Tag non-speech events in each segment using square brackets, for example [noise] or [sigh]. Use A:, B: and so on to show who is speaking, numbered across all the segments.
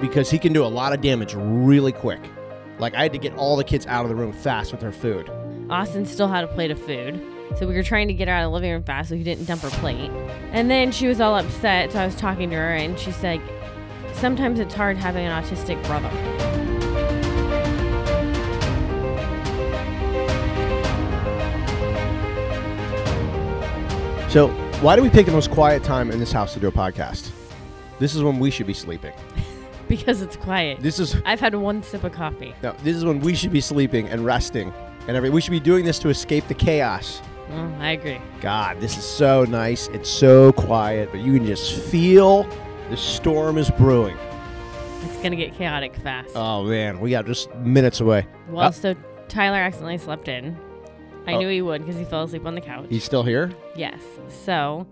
A: because he can do a lot of damage really quick. Like I had to get all the kids out of the room fast with their food.
B: Austin still had a plate of food. So we were trying to get her out of the living room fast so he didn't dump her plate. And then she was all upset. So I was talking to her and she's like, sometimes it's hard having an autistic brother. [laughs]
A: So why do we pick the most quiet time in this house to do a podcast? This is when we should be sleeping.
B: Because it's quiet.
A: This is
B: I've had one sip of coffee.
A: no, this is when we should be sleeping and resting and every we should be doing this to escape the chaos.
B: Mm, I agree.
A: God, this is so nice. It's so quiet, but you can just feel the storm is brewing.
B: It's going to get chaotic fast.
A: Oh man, we got just minutes away.
B: well,
A: uh,
B: so Tyler accidentally slept in. I
A: Oh.
B: knew he would because he fell asleep on the couch.
A: He's still here?
B: Yes. So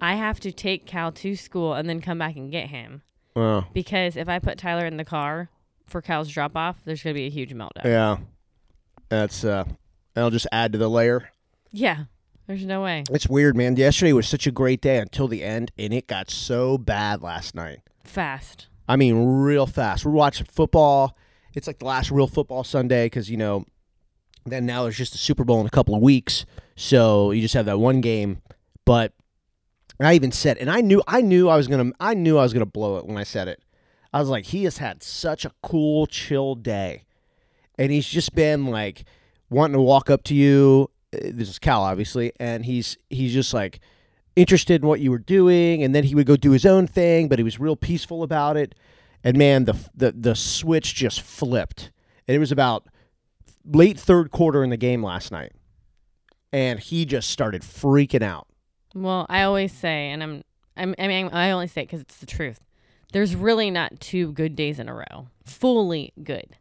B: I have to take Cal to school and then come back and get him.
A: Oh.
B: Because if I put Tyler in the car for Cal's drop off, there's going to be a huge meltdown.
A: Yeah. That's uh I'll just add to the layer.
B: Yeah. There's no way.
A: It's weird, man. Yesterday was such a great day until the end, and it got so bad last night.
B: Fast.
A: I mean, real fast. We're watching football. It's like the last real football Sunday because, you know, then now there's just the Super Bowl in a couple of weeks. So you just have that one game. But I even said, and I knew, I knew I was going to, I knew I was going to blow it when I said it. I was like, he has had such a cool, chill day. And he's just been like wanting to walk up to you. Uh, This is Cal, obviously. And he's, he's just like, interested in what you were doing, and then he would go do his own thing, but he was real peaceful about it. And man, the the the switch just flipped, and it was about late third quarter in the game last night, and he just started freaking out.
B: Well, I always say, and I'm, I'm I mean, I only say it because it's the truth. There's really not two good days in a row, fully good.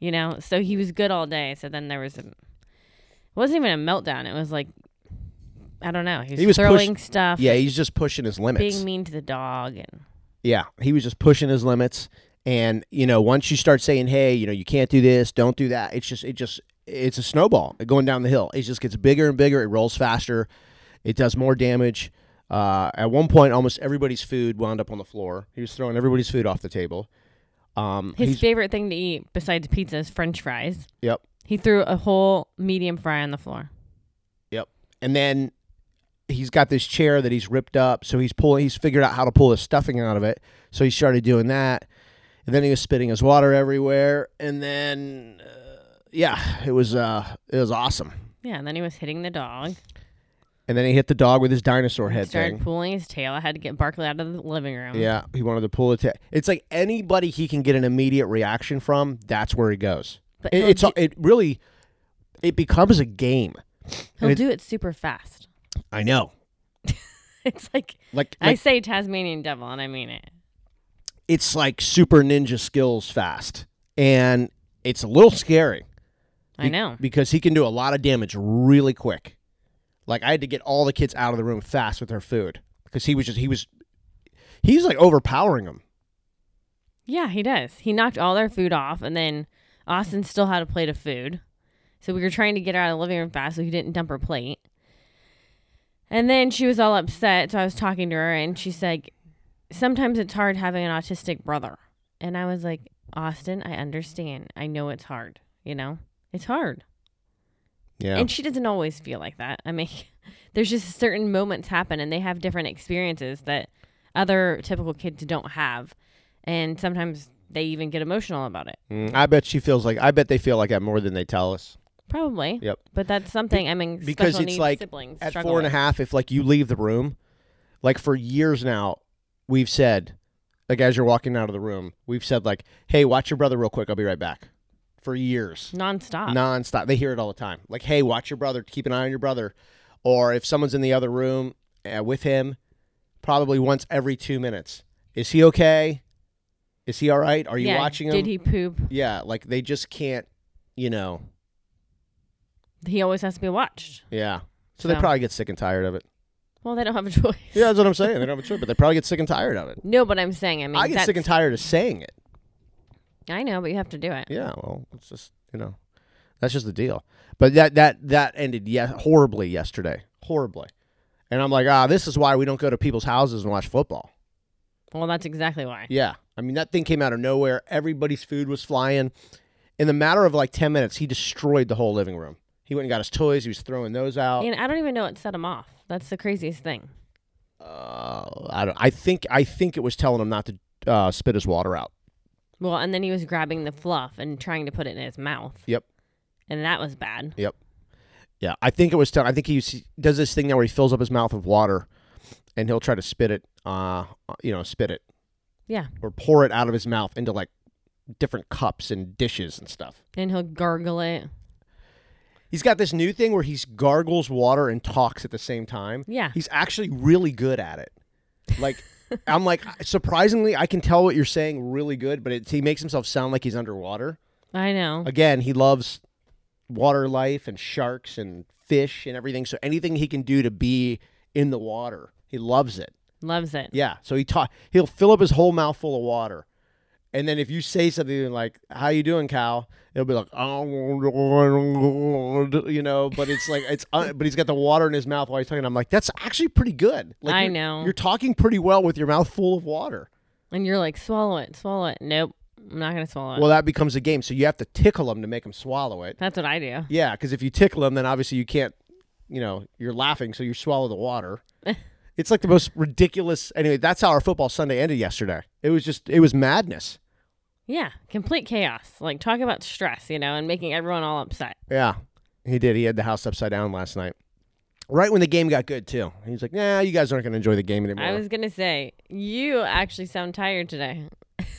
B: You know, so he was good all day. So then there was a, it wasn't even a meltdown. It was like, I don't know. He was,
A: He was
B: throwing stuff,
A: Yeah, he's just pushing his limits.
B: being mean to the dog, and
A: Yeah, he was just pushing his limits, and you know, once you start saying, "Hey, you know, you can't do this, don't do that," it's just, it just, it's a snowball going down the hill. It just gets bigger and bigger. It rolls faster. It does more damage. Uh, at one point, almost everybody's food wound up on the floor. He was throwing everybody's food off the table. Um,
B: his
A: he's-
B: favorite thing to eat besides pizza is French fries.
A: yep,
B: He threw a whole medium fry on the floor.
A: yep. And then he's got this chair that he's ripped up, so he's pulling. He's figured out how to pull his stuffing out of it. So he started doing that, and then he was spitting his water everywhere, and then. Uh, yeah, it was uh, it was awesome.
B: Yeah, and then he was hitting the dog.
A: And then he hit the dog with his dinosaur
B: He
A: head
B: started
A: thing.
B: pulling his tail. I had to get Barkley out of the living room.
A: Yeah, he wanted to pull it. It's like anybody he can get an immediate reaction from. That's where he goes.
B: But
A: It,
B: he'll
A: it's
B: do-
A: it really it becomes a game.
B: He'll
A: it-
B: do it super fast. [laughs]
A: I know.
B: It's like,
A: Like,
B: I
A: like
B: say Tasmanian devil, and I mean it.
A: it's like super ninja skills fast, and it's a little scary.
B: I
A: Be-
B: know.
A: because he can do a lot of damage really quick. Like I had to get all the kids out of the room fast with their food because he was just he was he's like overpowering them.
B: Yeah, he does. He knocked all their food off, and then Austin still had a plate of food. So we were trying to get her out of the living room fast so he didn't dump her plate. And then she was all upset. So I was talking to her, and she's like, Sometimes it's hard having an autistic brother. And I was like, Austin, I understand. I know it's hard. You know, it's hard.
A: Yeah,
B: And she doesn't always feel like that. I mean, [laughs] there's just certain moments happen and they have different experiences that other typical kids don't have. And sometimes they even get emotional about it.
A: Mm, I bet she feels like I bet they feel like that more than they tell us.
B: Probably.
A: Yep.
B: But that's something, I mean,
A: because
B: special
A: it's
B: needs
A: like
B: siblings
A: At
B: struggle
A: four and a
B: with.
A: half, if like you leave the room, like for years now, we've said, like as you're walking out of the room, we've said like, "Hey, watch your brother real quick. I'll be right back." For years.
B: Nonstop.
A: nonstop. They hear it all the time. Like, hey, watch your brother. Keep an eye on your brother. Or if someone's in the other room uh, with him, probably once every two minutes. Is he okay? Is he all right? Are you
B: yeah,
A: watching him?
B: Did he poop?
A: yeah, like they just can't, you know.
B: He always has to be watched.
A: Yeah. So they
B: So-
A: probably get sick and tired of it.
B: Well, they don't have a [laughs] choice.
A: Yeah, that's what I'm saying. They don't have a choice, but they probably get sick and tired of it.
B: No, but I'm saying, I mean,
A: I get sick and
B: that's-
A: tired of saying it.
B: I know, but you have to do it.
A: Yeah, well, it's just you know, that's just the deal. But that that that ended yeah horribly yesterday, horribly. And I'm like, ah, this is why we don't go to people's houses and watch football.
B: Well, that's exactly why.
A: Yeah. I mean, that thing came out of nowhere. Everybody's food was flying. In the matter of like 10 minutes, he destroyed the whole living room. He went and got his toys. He was throwing those out.
B: And I don't even know what set him off. That's the craziest thing.
A: Uh, I don't. I think. I think it was telling him not to uh, spit his water out.
B: Well, and then he was grabbing the fluff and trying to put it in his mouth.
A: Yep.
B: And that was bad.
A: Yep. Yeah, I think it was. T- I think he s- does this thing now where he fills up his mouth with water, and he'll try to spit it. Uh, you know, spit it
B: Yeah.
A: or pour it out of his mouth into like different cups and dishes and stuff.
B: And he'll gargle it.
A: He's got this new thing where he gargles water and talks at the same time.
B: Yeah.
A: He's actually really good at it.
B: [laughs]
A: Like, I'm like surprisingly, I can tell what you're saying really good, but it, he makes himself sound like he's underwater.
B: I know.
A: again, he loves water life and sharks and fish and everything. So anything he can do to be in the water, he loves it.
B: Loves it.
A: Yeah. So he ta- he'll fill up his whole mouth full of water. And then if you say something like "How you doing, Cal?" it'll be like, you know, but it's like it's uh, but he's got the water in his mouth while he's talking. I'm like, that's actually pretty good. Like
B: I
A: you're-
B: know.
A: you're talking pretty well with your mouth full of water.
B: And you're like, swallow it, swallow it. Nope. I'm not going to swallow it.
A: Well, that becomes a game. So you have to tickle him to make him swallow it.
B: That's what I do.
A: Yeah, because if you tickle them, then obviously you can't, you know, you're laughing, so you swallow the
B: [laughs]
A: water. it's like the most ridiculous. Anyway, that's how our football Sunday ended yesterday. It was just, it was madness.
B: Yeah. Complete chaos. Like, talk about stress, you know, and making everyone all upset.
A: Yeah, he did. He had the house upside down last night. Right when the game got good, too. He was like, nah, you guys aren't going to enjoy the game anymore.
B: I was going to say, you actually sound tired today.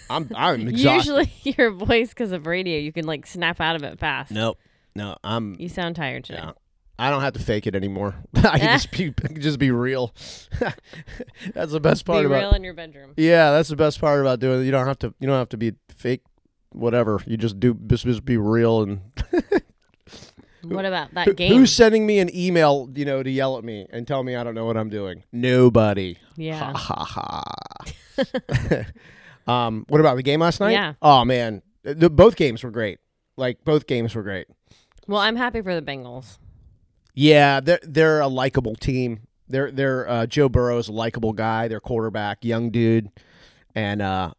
A: I'm, I'm exhausted.
B: [laughs] Usually, your voice, because of radio, you can like snap out of it fast.
A: nope. No, I'm,
B: You sound tired today.
A: Yeah. I don't have to fake it anymore. [laughs] I can just be, just be real. [laughs] that's the best part
B: Be
A: about
B: real in your bedroom.
A: Yeah, that's the best part about doing it. You don't have to. You don't have to be fake. Whatever. You just do. Just, just be real. And
B: What about
A: Who-
B: that game?
A: [laughs] who's sending me an email? You know, to yell at me and tell me I don't know what I'm doing. Nobody.
B: yeah.
A: Ha ha
B: [laughs]
A: ha. [laughs] um. What about the game last night?
B: Yeah.
A: Oh man, the, both games were great. Like both games were great.
B: Well, I'm happy for the Bengals.
A: Yeah, they're they're a likable team. They're they're uh, Joe Burrow's a likable guy. Their quarterback, young dude, and uh,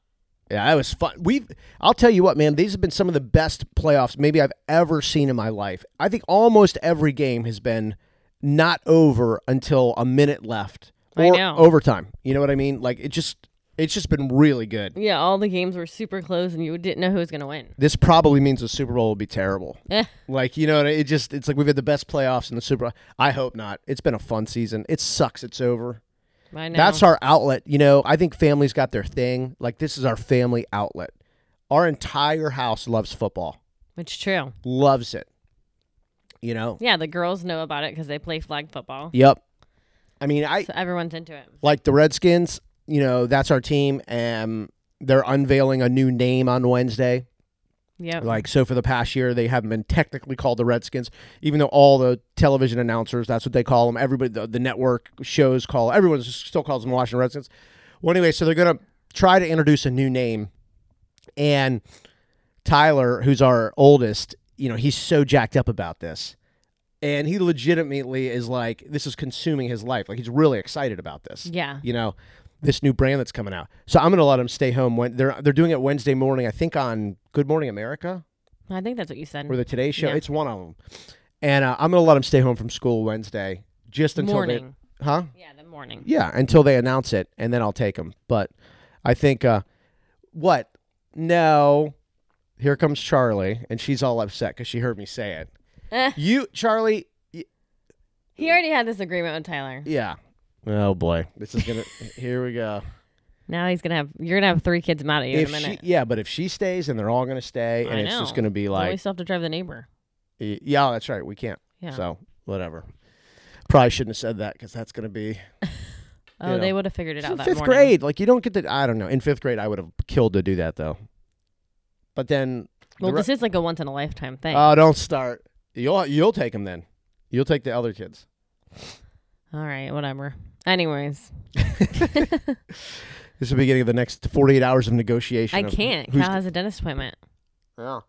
A: yeah, that was fun. We, have I'll tell you what, man, these have been some of the best playoffs maybe I've ever seen in my life. I think almost every game has been not over until a minute left
B: I
A: or
B: know.
A: overtime. You know what I mean? Like it just it's just been really good.
B: Yeah, all the games were super close, and you didn't know who was going to win.
A: This probably means the Super Bowl will be terrible.
B: Eh,
A: Like you know, what I- it just it's like we've had the best playoffs in the Super. Bowl. I hope not. It's been a fun season. It sucks. It's over.
B: I know.
A: That's our outlet. You know, I think families got their thing. Like this is our family outlet. Our entire house loves football.
B: it's true.
A: Loves it. You know.
B: Yeah, the girls know about it because they play flag football.
A: Yep. I mean, I
B: So everyone's into it.
A: like the Redskins. You know, that's our team, and they're unveiling a new name on Wednesday.
B: Yep.
A: Like so, for the past year, they haven't been technically called the Redskins, even though all the television announcers—that's what they call them. Everybody, the, the network shows call everyone just still calls them Washington Redskins. Well, anyway, so they're gonna try to introduce a new name, and Tyler, who's our oldest, you know, he's so jacked up about this, and he legitimately is like, this is consuming his life. Like he's really excited about this
B: yeah.
A: you know, this new brand that's coming out. So I'm gonna let them stay home. When they're they're doing it Wednesday morning, I think on Good Morning America
B: I think that's what you said.
A: or the Today Show.
B: Yeah.
A: It's one of them. And uh, I'm gonna let them stay home from school Wednesday just until
B: morning.
A: they, huh?
B: yeah, the morning.
A: Yeah, until they announce it, and then I'll take them. But I think uh, what? No, here comes Charlie, and she's all upset because she heard me say it.
B: Eh,
A: You, Charlie,
B: he already had this agreement with Tyler.
A: yeah. Oh boy, this is gonna. here we go.
B: Now he's gonna have. You're gonna have three kids mad at you
A: if
B: in a
A: she,
B: minute.
A: yeah, but if she stays and they're all going to stay, and
B: I
A: it's just
B: know.
A: going to be
B: But we
A: like,
B: still have to drive the neighbor.
A: y- yeah, that's right, we can't.
B: Yeah.
A: So whatever. Probably shouldn't have said that because that's going to be
B: oh,
A: you know.
B: they would have figured it
A: It's
B: out
A: in
B: that
A: fifth
B: morning.
A: grade. Like you don't get to. I don't know. In fifth grade, I would have killed to do that though. But then, the
B: Well,
A: re-
B: this is like a once in a lifetime thing.
A: oh, don't start. You'll you'll take them then. You'll take the other kids.
B: All right, whatever. Anyways,
A: This is the beginning of the next forty-eight hours of negotiation.
B: I
A: of
B: can't.
A: who's-
B: Cal has a dentist appointment.
A: yeah.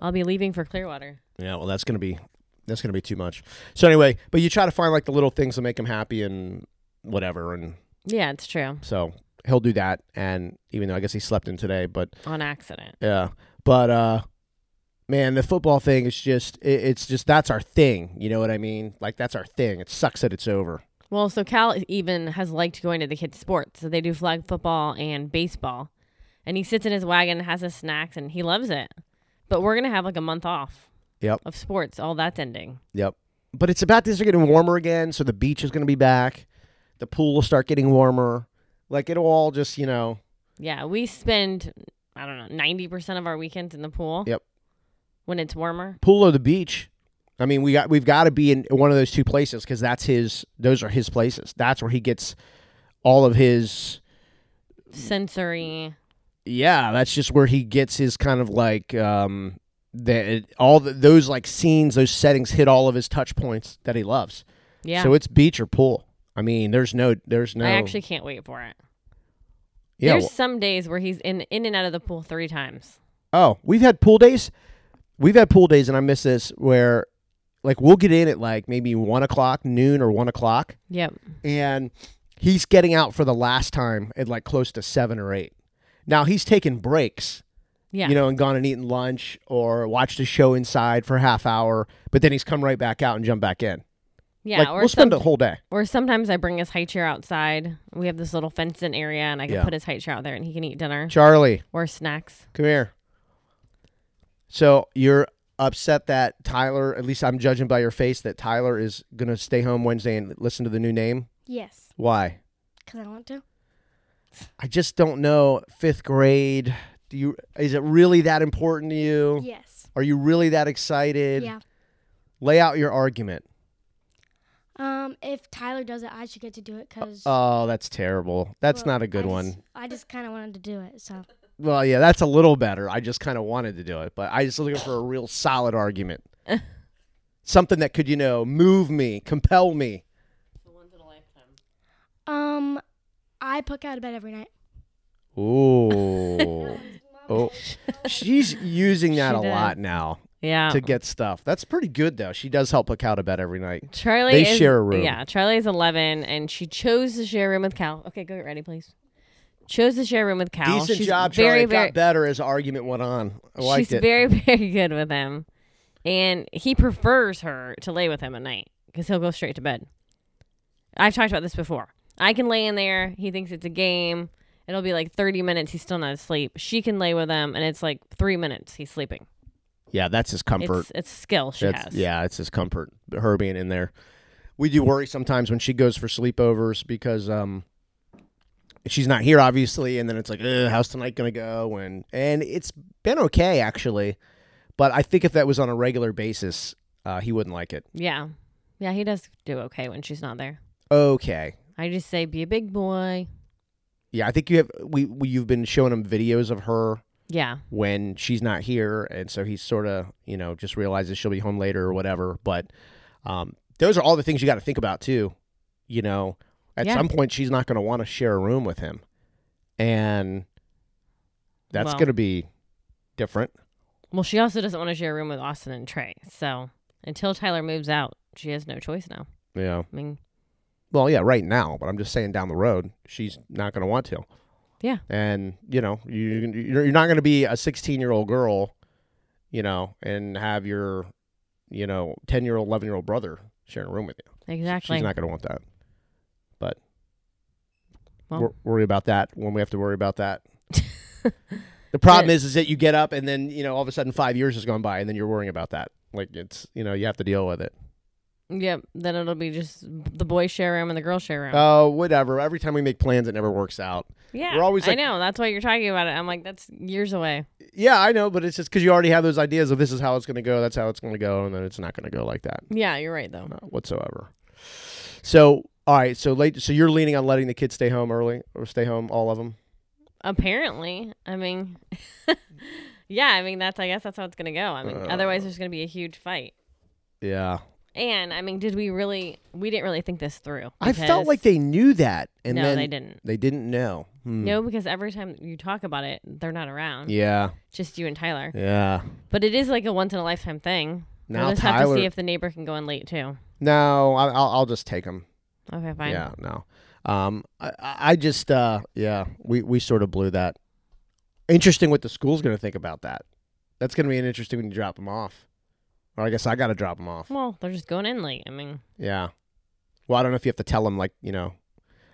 B: I'll be leaving for Clearwater.
A: Yeah, well, that's gonna be that's gonna be too much. So anyway, but you try to find like the little things that make them happy and whatever, and
B: Yeah, it's true.
A: so he'll do that. And even though I guess he slept in today, but
B: on accident.
A: yeah. But uh man, the football thing is just it, it's just that's our thing. You know what I mean? Like that's our thing. It sucks that it's over.
B: Well, so Cal even has liked going to the kids' sports. So they do flag football and baseball. And he sits in his wagon and has his snacks and he loves it. But we're going to have like a month off
A: Yep.
B: of sports. All that's ending.
A: Yep. But it's about this are getting warmer again, so the beach is going to be back. The pool will start getting warmer. Like it'll all just, you know,
B: Yeah. We spend, I don't know, 90% of our weekends in the pool.
A: Yep.
B: When it's warmer.
A: pool or the beach. I mean, we got we've got to be in one of those two places cuz that's his those are his places. That's where he gets all of his
B: Sensory.
A: yeah, that's just where he gets his kind of like um the all the, those like scenes, those settings hit all of his touch points that he loves.
B: Yeah.
A: So it's beach or pool. I mean, there's no there's no
B: I actually can't wait for it.
A: yeah,
B: There's some days where he's in in and out of the pool three times.
A: Oh, we've had pool days. We've had pool days, and I miss this where, like, we'll get in at like maybe one o'clock, noon or one o'clock,
B: Yep.
A: and he's getting out for the last time at like close to seven or eight. Now he's taken breaks,
B: Yeah.
A: you know, and gone and eaten lunch or watched a show inside for a half hour, but then he's come right back out and jumped back in.
B: yeah.
A: like
B: or
A: we'll
B: some-
A: spend a whole day.
B: Or sometimes I bring his high chair outside. We have this little fenced in area and I can
A: Yeah.
B: put his high chair out there and he can eat dinner
A: Charlie,
B: or snacks.
A: come here. So you're upset that Tyler, at least I'm judging by your face, that Tyler is gonna stay home Wednesday and listen to the new name.
C: Yes,
A: Why?
C: because I want to.
A: I just don't know. Fifth grade. Do you? Is it really that important to you?
C: Yes.
A: Are you really that excited?
C: Yeah.
A: Lay out your argument.
C: Um, if Tyler does it, I should get to do it because
A: Oh, that's terrible. That's not a good one.
C: I just kind of wanted to do it, so
A: Well, yeah, that's a little better. I just kind of wanted to do it, but I just looking for a real solid
B: [laughs]
A: argument. Something that could, you know, move me, compel me.
C: um, I puck out of bed every night.
A: Ooh. [laughs] oh. She's using that
B: She
A: a
B: does. Oh.
A: lot now
B: Yeah.
A: to get stuff. That's pretty good though. She does help look out a bed every night.
B: Charlie
A: They
B: is,
A: share a room.
B: Yeah, Charlie is 11 and she chose to share a room with Cal. Okay, go get ready, please. Chose to share a room with Cal.
A: Decent
B: she's
A: job, Charlie.
B: very,
A: It
B: very
A: got better as the argument went on. I liked
B: She's
A: it.
B: very, [laughs] very good with him. And he prefers her to lay with him at night because he'll go straight to bed. I've talked about this before. I can lay in there. He thinks it's a game. It'll be like 30 minutes. He's still not asleep. She can lay with him, and it's like three minutes. He's sleeping.
A: yeah, that's his comfort.
B: It's, it's skill she
A: That's-
B: has.
A: yeah, it's his comfort. Her being in there. We do worry sometimes when she goes for sleepovers because um, she's not here, obviously, and then it's like, "Ugh, how's tonight gonna go? And and it's been okay actually, but I think if that was on a regular basis, uh, he wouldn't like it.
B: Yeah. Yeah, he does do okay when she's not there.
A: Okay.
B: I just say, be a big boy.
A: Yeah, I think you have we, we you've been showing him videos of her
B: Yeah.
A: when she's not here and so he sort of you know just realizes she'll be home later or whatever but um, those are all the things you got to think about too you know at
B: Yeah.
A: some point she's not going to want to share a room with him and that's
B: Well.
A: going to be different
B: Well, she also doesn't want to share a room with Austin and Trey. So until Tyler moves out, she has no choice now.
A: yeah
B: I mean,
A: well yeah right now but i'm just saying down the road she's not going to want to
B: Yeah.
A: and you know you, you're you're not going to be a 16 year old girl you know and have your you know 10 year old 11 year old brother sharing a room with you
B: exactly.
A: She's not going to want that. But
B: Well.
A: wor- worry about that when we have to worry about
B: [laughs]
A: that. the problem is, is that you get up and then you know all of a sudden five years has gone by and then you're worrying about that. Like it's you know you have to deal with it.
B: Yep. Then it'll be just the boy share room and the girl share room.
A: Oh, whatever. Every time we make plans, it never works out.
B: yeah.
A: we're always
B: I
A: like-
B: know. That's why you're talking about it. I'm like, that's years away.
A: Yeah, I know, but it's just because you already have those ideas of this is how it's going to go, that's how it's going to go, and then it's not going to go like that
B: Yeah, you're right though.
A: uh, whatsoever. So, all right, so late. So you're leaning on letting the kids stay home early or stay home, all of them.
B: Apparently, I mean, [laughs] yeah. I mean, that's. I guess that's how it's gonna go. I
A: Uh.
B: mean, otherwise, there's gonna be a huge fight.
A: Yeah.
B: And I mean, did we really? We didn't really think this through.
A: I felt
B: because-
A: like they knew that, and
B: no,
A: then
B: they didn't.
A: They didn't know. Hmm.
B: No, because every time you talk about it, they're not around.
A: Yeah.
B: Just you and Tyler.
A: Yeah.
B: But it is like a once in a lifetime thing.
A: Now
B: we'll just have to
A: Tyler.
B: see if the neighbor can go in late too.
A: no, I- I'll, I'll just take them.
B: Okay, fine.
A: Yeah. No. Um, I, I I just, uh, yeah, we, we sort of blew that. Interesting what the school's going to think about that. That's going to be an interesting when you drop them off. Or I guess I got to drop them off.
B: Well, they're just going in late. I mean,
A: Yeah. Well, I don't know if you have to tell them, like, you know,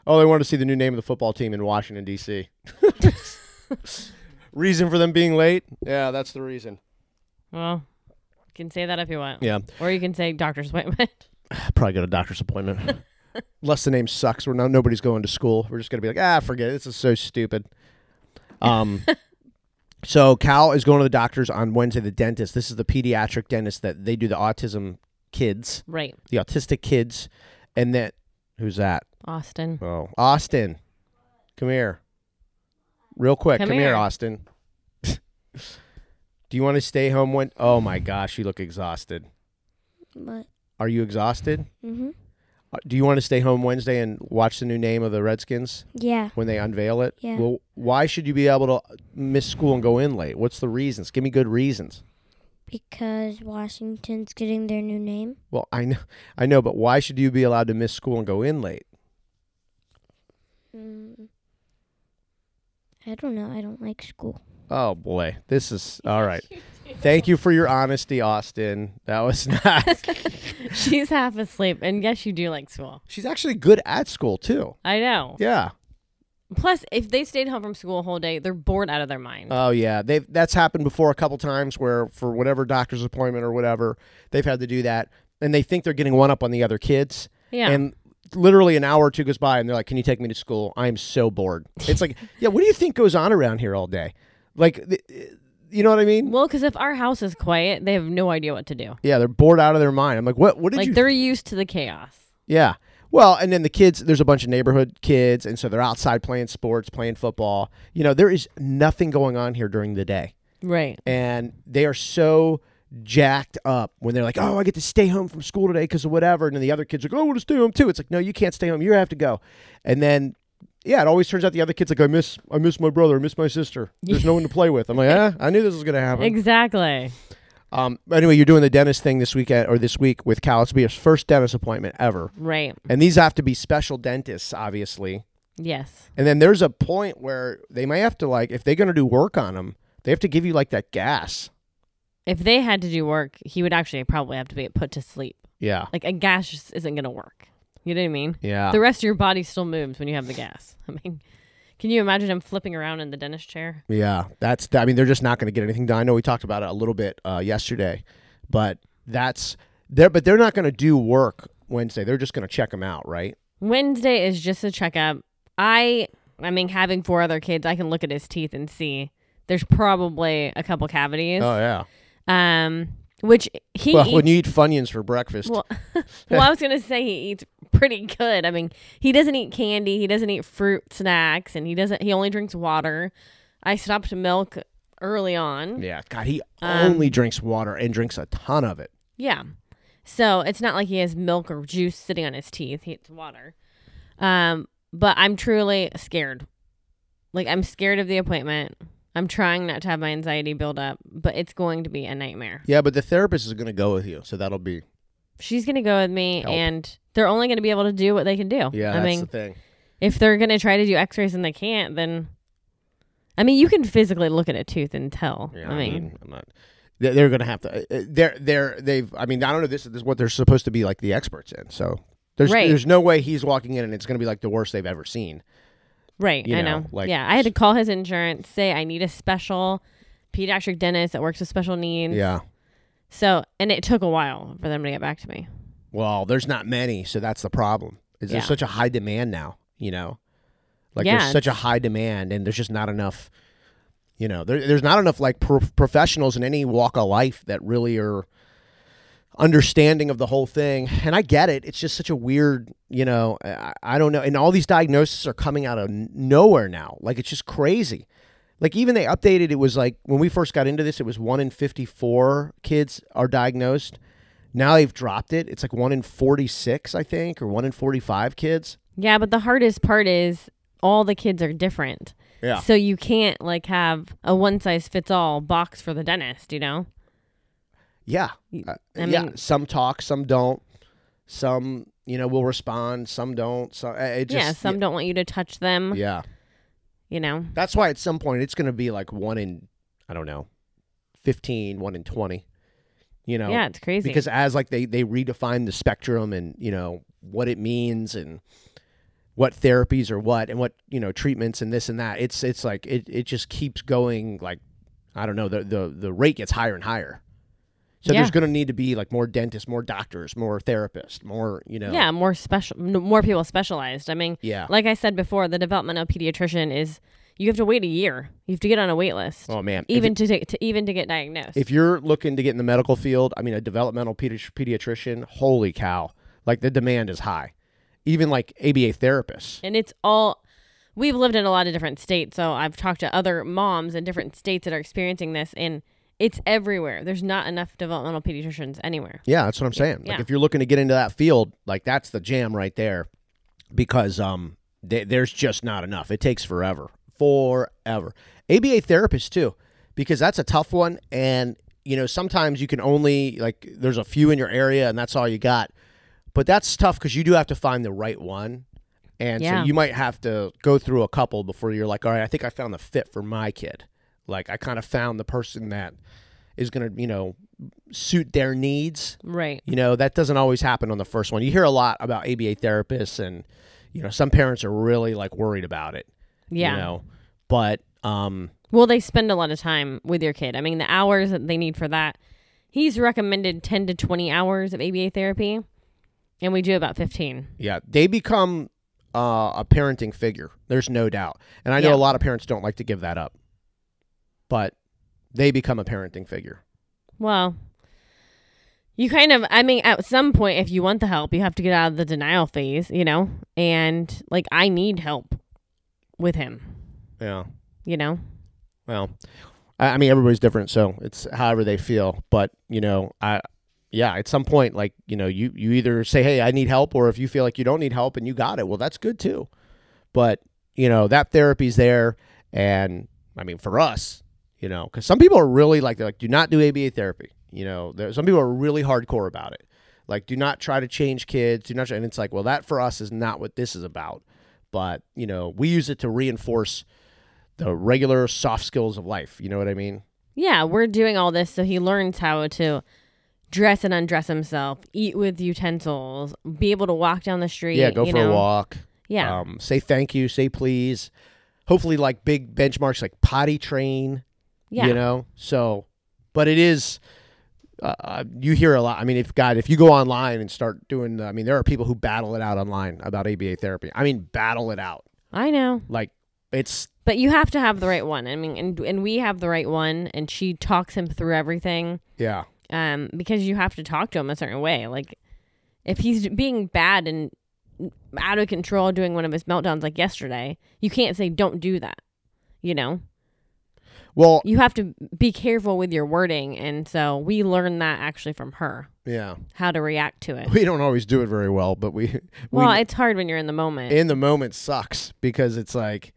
A: oh, they wanted to see the new name of the football team in Washington,
B: [laughs]
A: D.C. [laughs] reason for them being late? Yeah, that's the reason.
B: well, you can say that if you want.
A: Yeah.
B: Or you can say doctor's appointment.
A: Probably go to doctor's [laughs] appointment. Unless the name sucks, we're not, nobody's going to school. We're just going to be like, ah, forget it. This is so stupid. [laughs] Um, so Cal is going to the doctor's on Wednesday, the dentist. This is the pediatric dentist that they do the autism kids,
B: [laughs] right.
A: the autistic kids. And that, who's that? [laughs]
B: Austin.
A: Oh, Austin, come here, real quick. Come,
B: Come
A: here.
B: here.
A: Austin. [laughs] Do you want to stay home? When? Oh my gosh, you look exhausted.
C: But
A: Are you exhausted?
C: mhm.
A: Uh, Do you want to stay home Wednesday and watch the new name of the Redskins
C: Yeah.
A: when they unveil it?
C: Yeah.
A: Well, why should you be able to uh, miss school and go in late? What's the reasons? Give me good reasons.
C: Because Washington's getting their new name.
A: Well, I know, I know, but why should you be allowed to miss school and go in late?
C: Mm. I don't know. I don't like school.
A: Oh boy, this is all right. Thank you for your honesty, Austin. That was [laughs] not.
B: She's half asleep. And yes, you do like school.
A: She's actually good at school too.
B: I know.
A: Yeah.
B: Plus, if they stayed home from school a whole day, they're bored out of their mind.
A: Oh yeah. They that's happened before a couple times where for whatever doctor's appointment or whatever, they've had to do that and they think they're getting one up on the other kids.
B: yeah.
A: And literally an hour or two goes by and they're like, "Can you take me to school? I am so bored." It's
B: [laughs]
A: like, "Yeah, what do you think goes on around here all day?" Like th- you know what I mean?
B: well, because if our house is quiet, they have no idea what to do.
A: Yeah, they're bored out of their mind. I'm like, "What what did
B: like
A: you
B: they're used to the chaos.
A: Yeah. Well, and then the kids, there's a bunch of neighborhood kids, and so they're outside playing sports, playing football. You know, there is nothing going on here during the day.
B: Right.
A: And they are so jacked up when they're like, oh, I get to stay home from school today because of whatever. And then the other kids are like, oh, I want to stay home too. It's like, no, you can't stay home. You have to go. And then, yeah, it always turns out the other kid's like, I miss, I miss my brother, I miss my sister. There's no one to play with. I'm like, eh, I knew this was going to happen.
B: Exactly.
A: um, but anyway, you're doing the dentist thing this weekend or this week with Cal. It's going to be his first dentist appointment ever.
B: Right.
A: And these have to be special dentists, obviously.
B: Yes.
A: And then there's a point where they may have to like, if they're going to do work on them, they have to give you like that gas.
B: If they had to do work, he would actually probably have to be put to sleep.
A: Yeah,
B: Like a gas just isn't going to work. You know what I mean?
A: yeah.
B: The rest of your body still moves when you have the gas. [laughs] I mean, can you imagine him flipping around in the dentist chair?
A: Yeah, that's. I mean, they're just not going to get anything done. I know we talked about it a little bit uh, yesterday, but that's they're But they're not going to do work Wednesday. They're just going to check them out, right?
B: Wednesday is just a checkup. I I mean, having four other kids, I can look at his teeth and see there's probably a couple cavities.
A: Oh, yeah.
B: Um, which he
A: Well,
B: eats-
A: when you eat Funyuns for breakfast,
B: Well, well, I was gonna say he eats pretty good. I mean, he doesn't eat candy, he doesn't eat fruit snacks, and he doesn't. He only drinks water. I stopped milk early on.
A: yeah. God, he
B: Um,
A: only drinks water and drinks a ton of it.
B: Yeah, so it's not like he has milk or juice sitting on his teeth. He eats water. Um, but I'm truly scared. Like I'm scared of the appointment. I'm trying not to have my anxiety build up, but it's going to be a nightmare.
A: Yeah, but the therapist is going to go with you, so that'll be
B: She's gonna go with me,
A: Help.
B: and they're only gonna be able to do what they can do.
A: yeah.
B: I
A: that's
B: mean,
A: the thing.
B: if they're gonna try to do x-rays and they can't then i mean you can physically look at a tooth and tell
A: Yeah,
B: i mean
A: I'm not. They're, they're going to have to. uh, uh, They're they're they've. I mean, I don't know. This, this is what they're supposed to be like the experts in. So there's
B: Right.
A: there's no way he's walking in and it's going to be like the worst they've ever seen.
B: right
A: you
B: i
A: know,
B: know,
A: like-
B: yeah i had to call his insurance say i need a special pediatric dentist that works with special needs
A: Yeah.
B: so and it took a while for them to get back to me
A: Well, there's not many, so that's the problem. Is
B: Yeah.
A: there's such a high demand now? You know, like
B: Yeah,
A: there's such a high demand, and there's just not enough. You know, there, there's not enough like pro- professionals in any walk of life that really are understanding of the whole thing. And I get it. It's just such a weird, you know, I, I don't know. And all these diagnoses are coming out of n- nowhere now. Like it's just crazy. Like even they updated it was like when we first got into this, it was one in fifty four kids are diagnosed. Now they've dropped it. It's like one in forty six, I think, or one in forty five kids.
B: yeah but the hardest part is all the kids are different
A: Yeah.
B: so you can't like have a one size fits all box for the dentist you know
A: Yeah.
B: Y-
A: Uh,
B: I
A: yeah.
B: mean-
A: Some talk, some don't. Some you know, will respond. Some don't. So uh, it just,
B: yeah, some don't want you to touch them.
A: Yeah,
B: You know,
A: that's why at some point it's going to be like one in, I don't know, 15, one in twenty. You know,
B: yeah, it's crazy.
A: because as like they they redefine the spectrum and you know what it means and what therapies are what and what you know treatments and this and that it's it's like it, it just keeps going like i don't know the the, the rate gets higher and higher so
B: Yeah.
A: there's going to need to be like more dentists more doctors more therapists more you know
B: yeah, more special, n- more people specialized. I mean,
A: yeah
B: like I said before, the developmental pediatrician is you have to wait a year. You have to get on a wait list,
A: oh man If
B: even to, ta- to even to get diagnosed.
A: if you're looking to get in the medical field, I mean, a developmental pedi- pediatrician, holy cow, like the demand is high. Even like ABA therapists.
B: and it's all we've lived in a lot of different states so i've talked to other moms in different states that are experiencing this and it's everywhere there's not enough developmental pediatricians anywhere
A: Yeah, that's what I'm saying. Like
B: yeah.
A: if you're looking to get into that field, like that's the jam right there, because um, th- there's just not enough. It takes forever, forever. ABA therapists too, because that's a tough one, and you know sometimes you can only like there's a few in your area, and that's all you got. But that's tough because you do have to find the right one, and
B: Yeah.
A: so you might have to go through a couple before you're like, all right, I think I found the fit for my kid. Like I kind of found the person that is gonna you know suit their needs
B: right
A: you know, that doesn't always happen on the first one. You hear a lot about ABA therapists, and you know, some parents are really like worried about it.
B: yeah
A: You know, but um,
B: well they spend a lot of time with your kid i mean the hours that they need for that he's recommended 10 to 20 hours of aba therapy and we do about 15
A: yeah, they become uh, a parenting figure. There's no doubt, and I know
B: Yeah.
A: a lot of parents don't like to give that up, but they become a parenting figure.
B: well you kind of i mean at some point if you want the help you have to get out of the denial phase you know and like i need help with him
A: Yeah.
B: you know
A: Well, I, I mean, everybody's different, so it's however they feel. But you know, I yeah, at some point, like you know, you you either say, "Hey, I need help," or if you feel like you don't need help and you got it, well, that's good too. But you know, that therapy's there, and I mean, for us, you know, because some people are really like, they're like, "Do not do ABA therapy." You know, there, some people are really hardcore about it. Like, do not try to change kids. Do not, try, and it's like, well, that for us is not what this is about. But you know, we use it to reinforce the regular soft skills of life. You know what I mean?
B: yeah we're doing all this so he learns how to dress and undress himself eat with utensils be able to walk down the street
A: Yeah, go
B: you
A: for
B: know?
A: a walk.
B: yeah
A: Um, say thank you. Say please. Hopefully, like big benchmarks like potty train.
B: yeah
A: You know. So, but it is. Uh, uh, you hear a lot. I mean, if God, if you go online and start doing, I mean, there are people who battle it out online about ABA therapy. I mean, battle it out.
B: i know
A: Like it's
B: but you have to have the right one i mean and, and we have the right one and she talks him through everything
A: yeah,
B: um, because you have to talk to him a certain way. Like if he's being bad and out of control doing one of his meltdowns like yesterday, you can't say don't do that. You know,
A: well,
B: you have to be careful with your wording, and so we learned that actually from her
A: yeah. [laughs]
B: how to react to it.
A: We don't always do it very well, but we
B: Well,
A: we,
B: it's hard when you're in the moment.
A: in the moment sucks because it's like,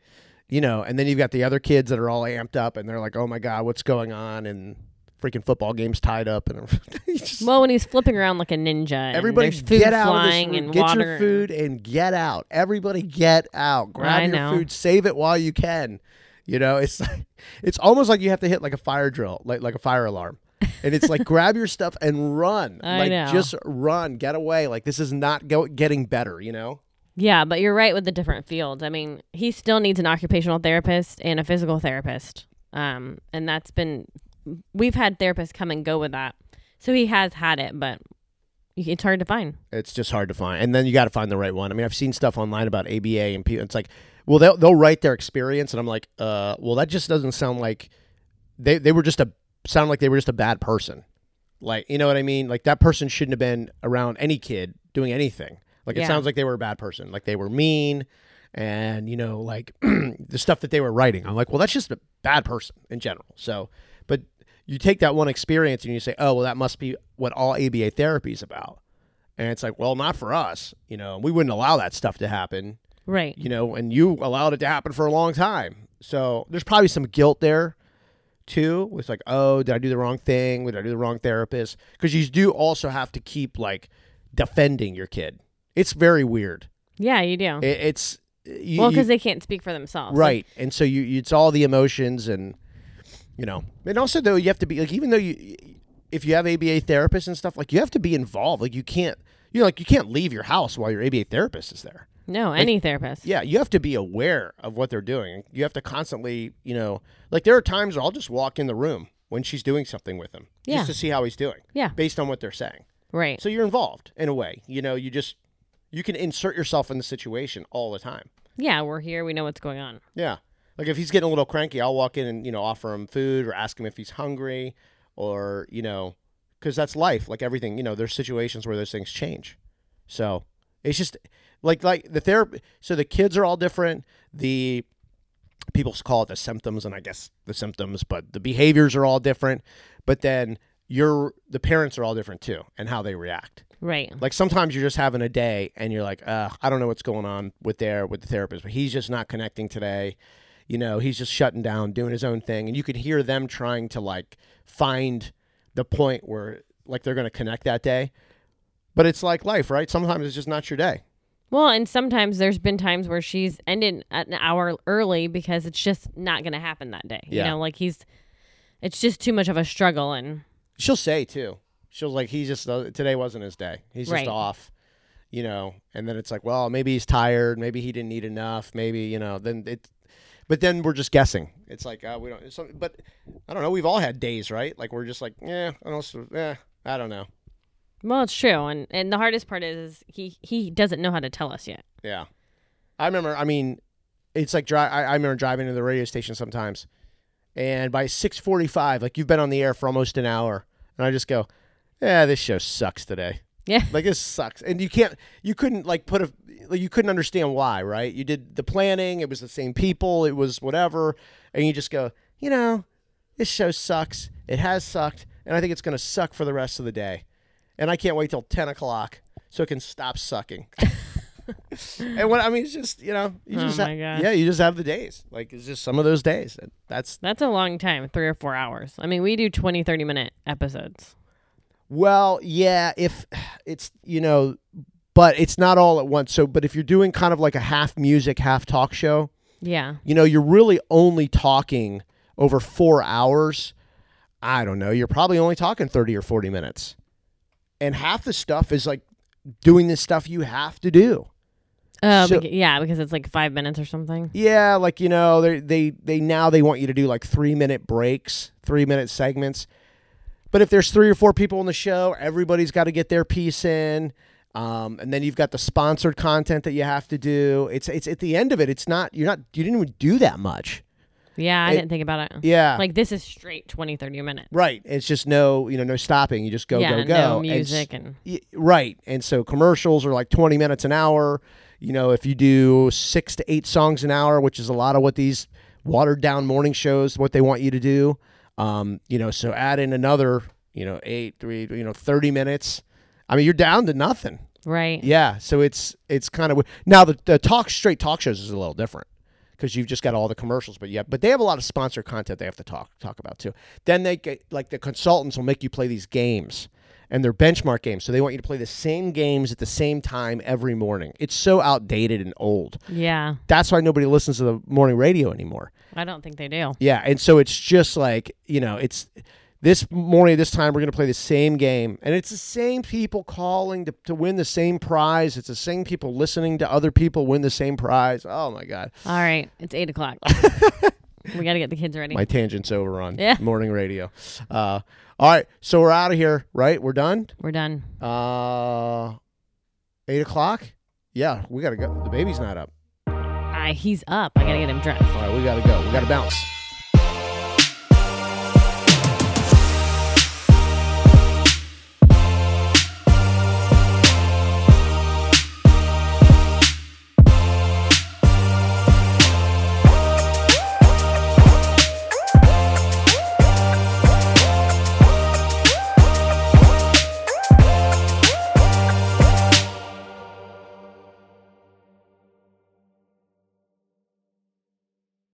A: you know, and then you've got the other kids that are all amped up and they're like, "Oh my god, what's going on?" and freaking football games tied up and [laughs] you just-
B: well, when he's flipping around like a ninja, and
A: everybody
B: there's food
A: get out of this
B: flying
A: room,
B: and
A: get
B: water.
A: your food and get out. Everybody get out. Grab
B: I
A: your
B: know.
A: food, save it while you can. You know, it's like, [laughs] it's almost like you have to hit like a fire drill, like like a fire alarm. And it's
B: [laughs]
A: like grab your stuff and run.
B: I
A: like
B: know.
A: just run, get away. Like this is not go- getting better, you know?
B: Yeah, but you're right with the different fields. I mean, he still needs an occupational therapist and a physical therapist. Um, and that's been, we've had therapists come and go with that. So he has had it, but it's hard to find.
A: it's just hard to find. And then you got to find the right one. I mean, I've seen stuff online about ABA and people. It's like, well, they'll they'll write their experience, and I'm like, uh, well, that just doesn't sound like they they were just a sound like they were just a bad person. Like, you know what I mean? Like that person shouldn't have been around any kid doing anything. Like it
B: Yeah.
A: sounds like they were a bad person. Like they were mean, and you know, like [clears throat] the stuff that they were writing. I'm like, well, that's just a bad person in general. So, but you take that one experience and you say, oh, well, that must be what all ABA therapy is about. And it's like, well, not for us. You know, we wouldn't allow that stuff to happen.
B: Right.
A: You know, and you allowed it to happen for a long time. So there's probably some guilt there too. It's like, oh, did I do the wrong thing? Did I do the wrong therapist? Because you do also have to keep like defending your kid. It's very weird.
B: Yeah, you do.
A: It, it's you,
B: well,
A: you-
B: because they can't speak for themselves. Like,
A: right, and so you, you it's all the emotions and you know, and also though you have to be like even though you if you have ABA therapists and stuff like you have to be involved. Like you can't you know like you can't leave your house while your ABA therapist is there.
B: no, any therapist.
A: Yeah, you have to be aware of what they're doing. You have to constantly, you know, like there are times where I'll just walk in the room when she's doing something with him
B: Yeah.
A: just to see how he's doing
B: Yeah.
A: based on what they're saying.
B: Right.
A: So you're involved in a way. You know, you just you can insert yourself in the situation all the time.
B: yeah, we're here. We know what's going on.
A: Yeah. Like if he's getting a little cranky, I'll walk in and, you know, offer him food or ask him if he's hungry or, you know, cuz that's life. Like everything, you know, there's situations where those things change. So, it's just like like the therapy so the kids are all different. The people call it the symptoms and I guess the symptoms, but the behaviors are all different. But then your the parents are all different too and how they react.
B: Right.
A: Like sometimes you're just having a day and you're like, uh, I don't know what's going on with there with the therapist, but he's just not connecting today. You know, he's just shutting down, doing his own thing, and you could hear them trying to like find the point where like they're going to connect that day. But it's like life, right? Sometimes it's just not your day.
B: Well, and sometimes there's been times where she's ended at an hour early because it's just not going to happen that day.
A: Yeah.
B: You know, like he's, it's just too much of a struggle. And
A: She'll say too. She'll like, he's just uh, today wasn't his day. He's
B: Right.
A: just off. You know, and then it's like, well, maybe he's tired. Maybe he didn't eat enough. Maybe you know. Then it, but then we're just guessing. It's like uh, we don't. it's some- but I don't know. We've all had days, right? Like we're just like, yeah, I don't. Yeah, I don't know.
B: well, it's true. And and the hardest part is, is he he doesn't know how to tell us yet.
A: Yeah, I remember. I mean, it's like dri- I, I remember driving to the radio station sometimes, and by six forty-five, like you've been on the air for almost an hour, and I just go, yeah, this show sucks today.
B: Yeah.
A: [laughs] like this sucks and you can't you couldn't like put a like, you couldn't understand why right you did the planning it was the same people it was whatever and you just go you know this show sucks it has sucked and i think it's going to suck for the rest of the day and i can't wait till 10 o'clock so it can stop sucking [laughs] and what i mean it's just you know you
B: Oh
A: just
B: my
A: ha-
B: gosh.
A: yeah you just have the days like it's just some of those days and that's
B: That's a long time, three or four hours. I mean, we do 20, 30 minute episodes.
A: Well, yeah, if [sighs] it's you know, but it's not all at once. So, but if you're doing kind of like a half music, half talk show,
B: Yeah.
A: you know, you're really only talking over 4 hours. I don't know, you're probably only talking 30 or 40 minutes. And half the stuff is like doing the stuff you have to do.
B: Uh,
A: So-
B: beca- yeah, because it's like five minutes or something.
A: Yeah, like you know, they they they now they want you to do like three minute breaks, three minute segments. But if there's three or four people in the show, everybody's got to get their piece in, um, and then you've got the sponsored content that you have to do. It's it's at the end of it, it's not you're not you didn't even do that much.
B: Yeah, I
A: It-
B: didn't think about it.
A: Yeah,
B: Like this is straight 20, 30 minutes.
A: right. It's just no you know no stopping. You just go
B: yeah,
A: go go.
B: no
A: And s-
B: music and
A: Y- right and so commercials are like 20 minutes an hour you know if you do six to eight songs an hour which is a lot of what these watered down morning shows what they want you to do um, you know so add in another you know eight three you know 30 minutes i mean you're down to nothing
B: right.
A: yeah so it's it's kind of now the, the talk straight talk shows is a little different because you've just got all the commercials but yeah but they have a lot of sponsor content they have to talk talk about too then they get like the consultants will make you play these games and they're benchmark games so they want you to play the same games at the same time every morning it's so outdated and old
B: Yeah.
A: that's why nobody listens to the morning radio anymore
B: I don't think they do.
A: yeah, and so it's just like you know, it's this morning, this time we're gonna play the same game, and it's the same people calling to, to win the same prize. It's the same people listening to other people win the same prize. Oh my god,
B: All right, it's
A: [laughs]
B: eight o'clock. we got to get the kids ready.
A: my tangent's over on
B: Yeah.
A: morning radio. Uh, all right, so we're out of here, right? We're done.
B: We're done.
A: Uh, eight o'clock. Yeah, we gotta go. The baby's not up.
B: Uh, he's up. I got to get him dressed.
A: All right, we gotta go. We gotta bounce.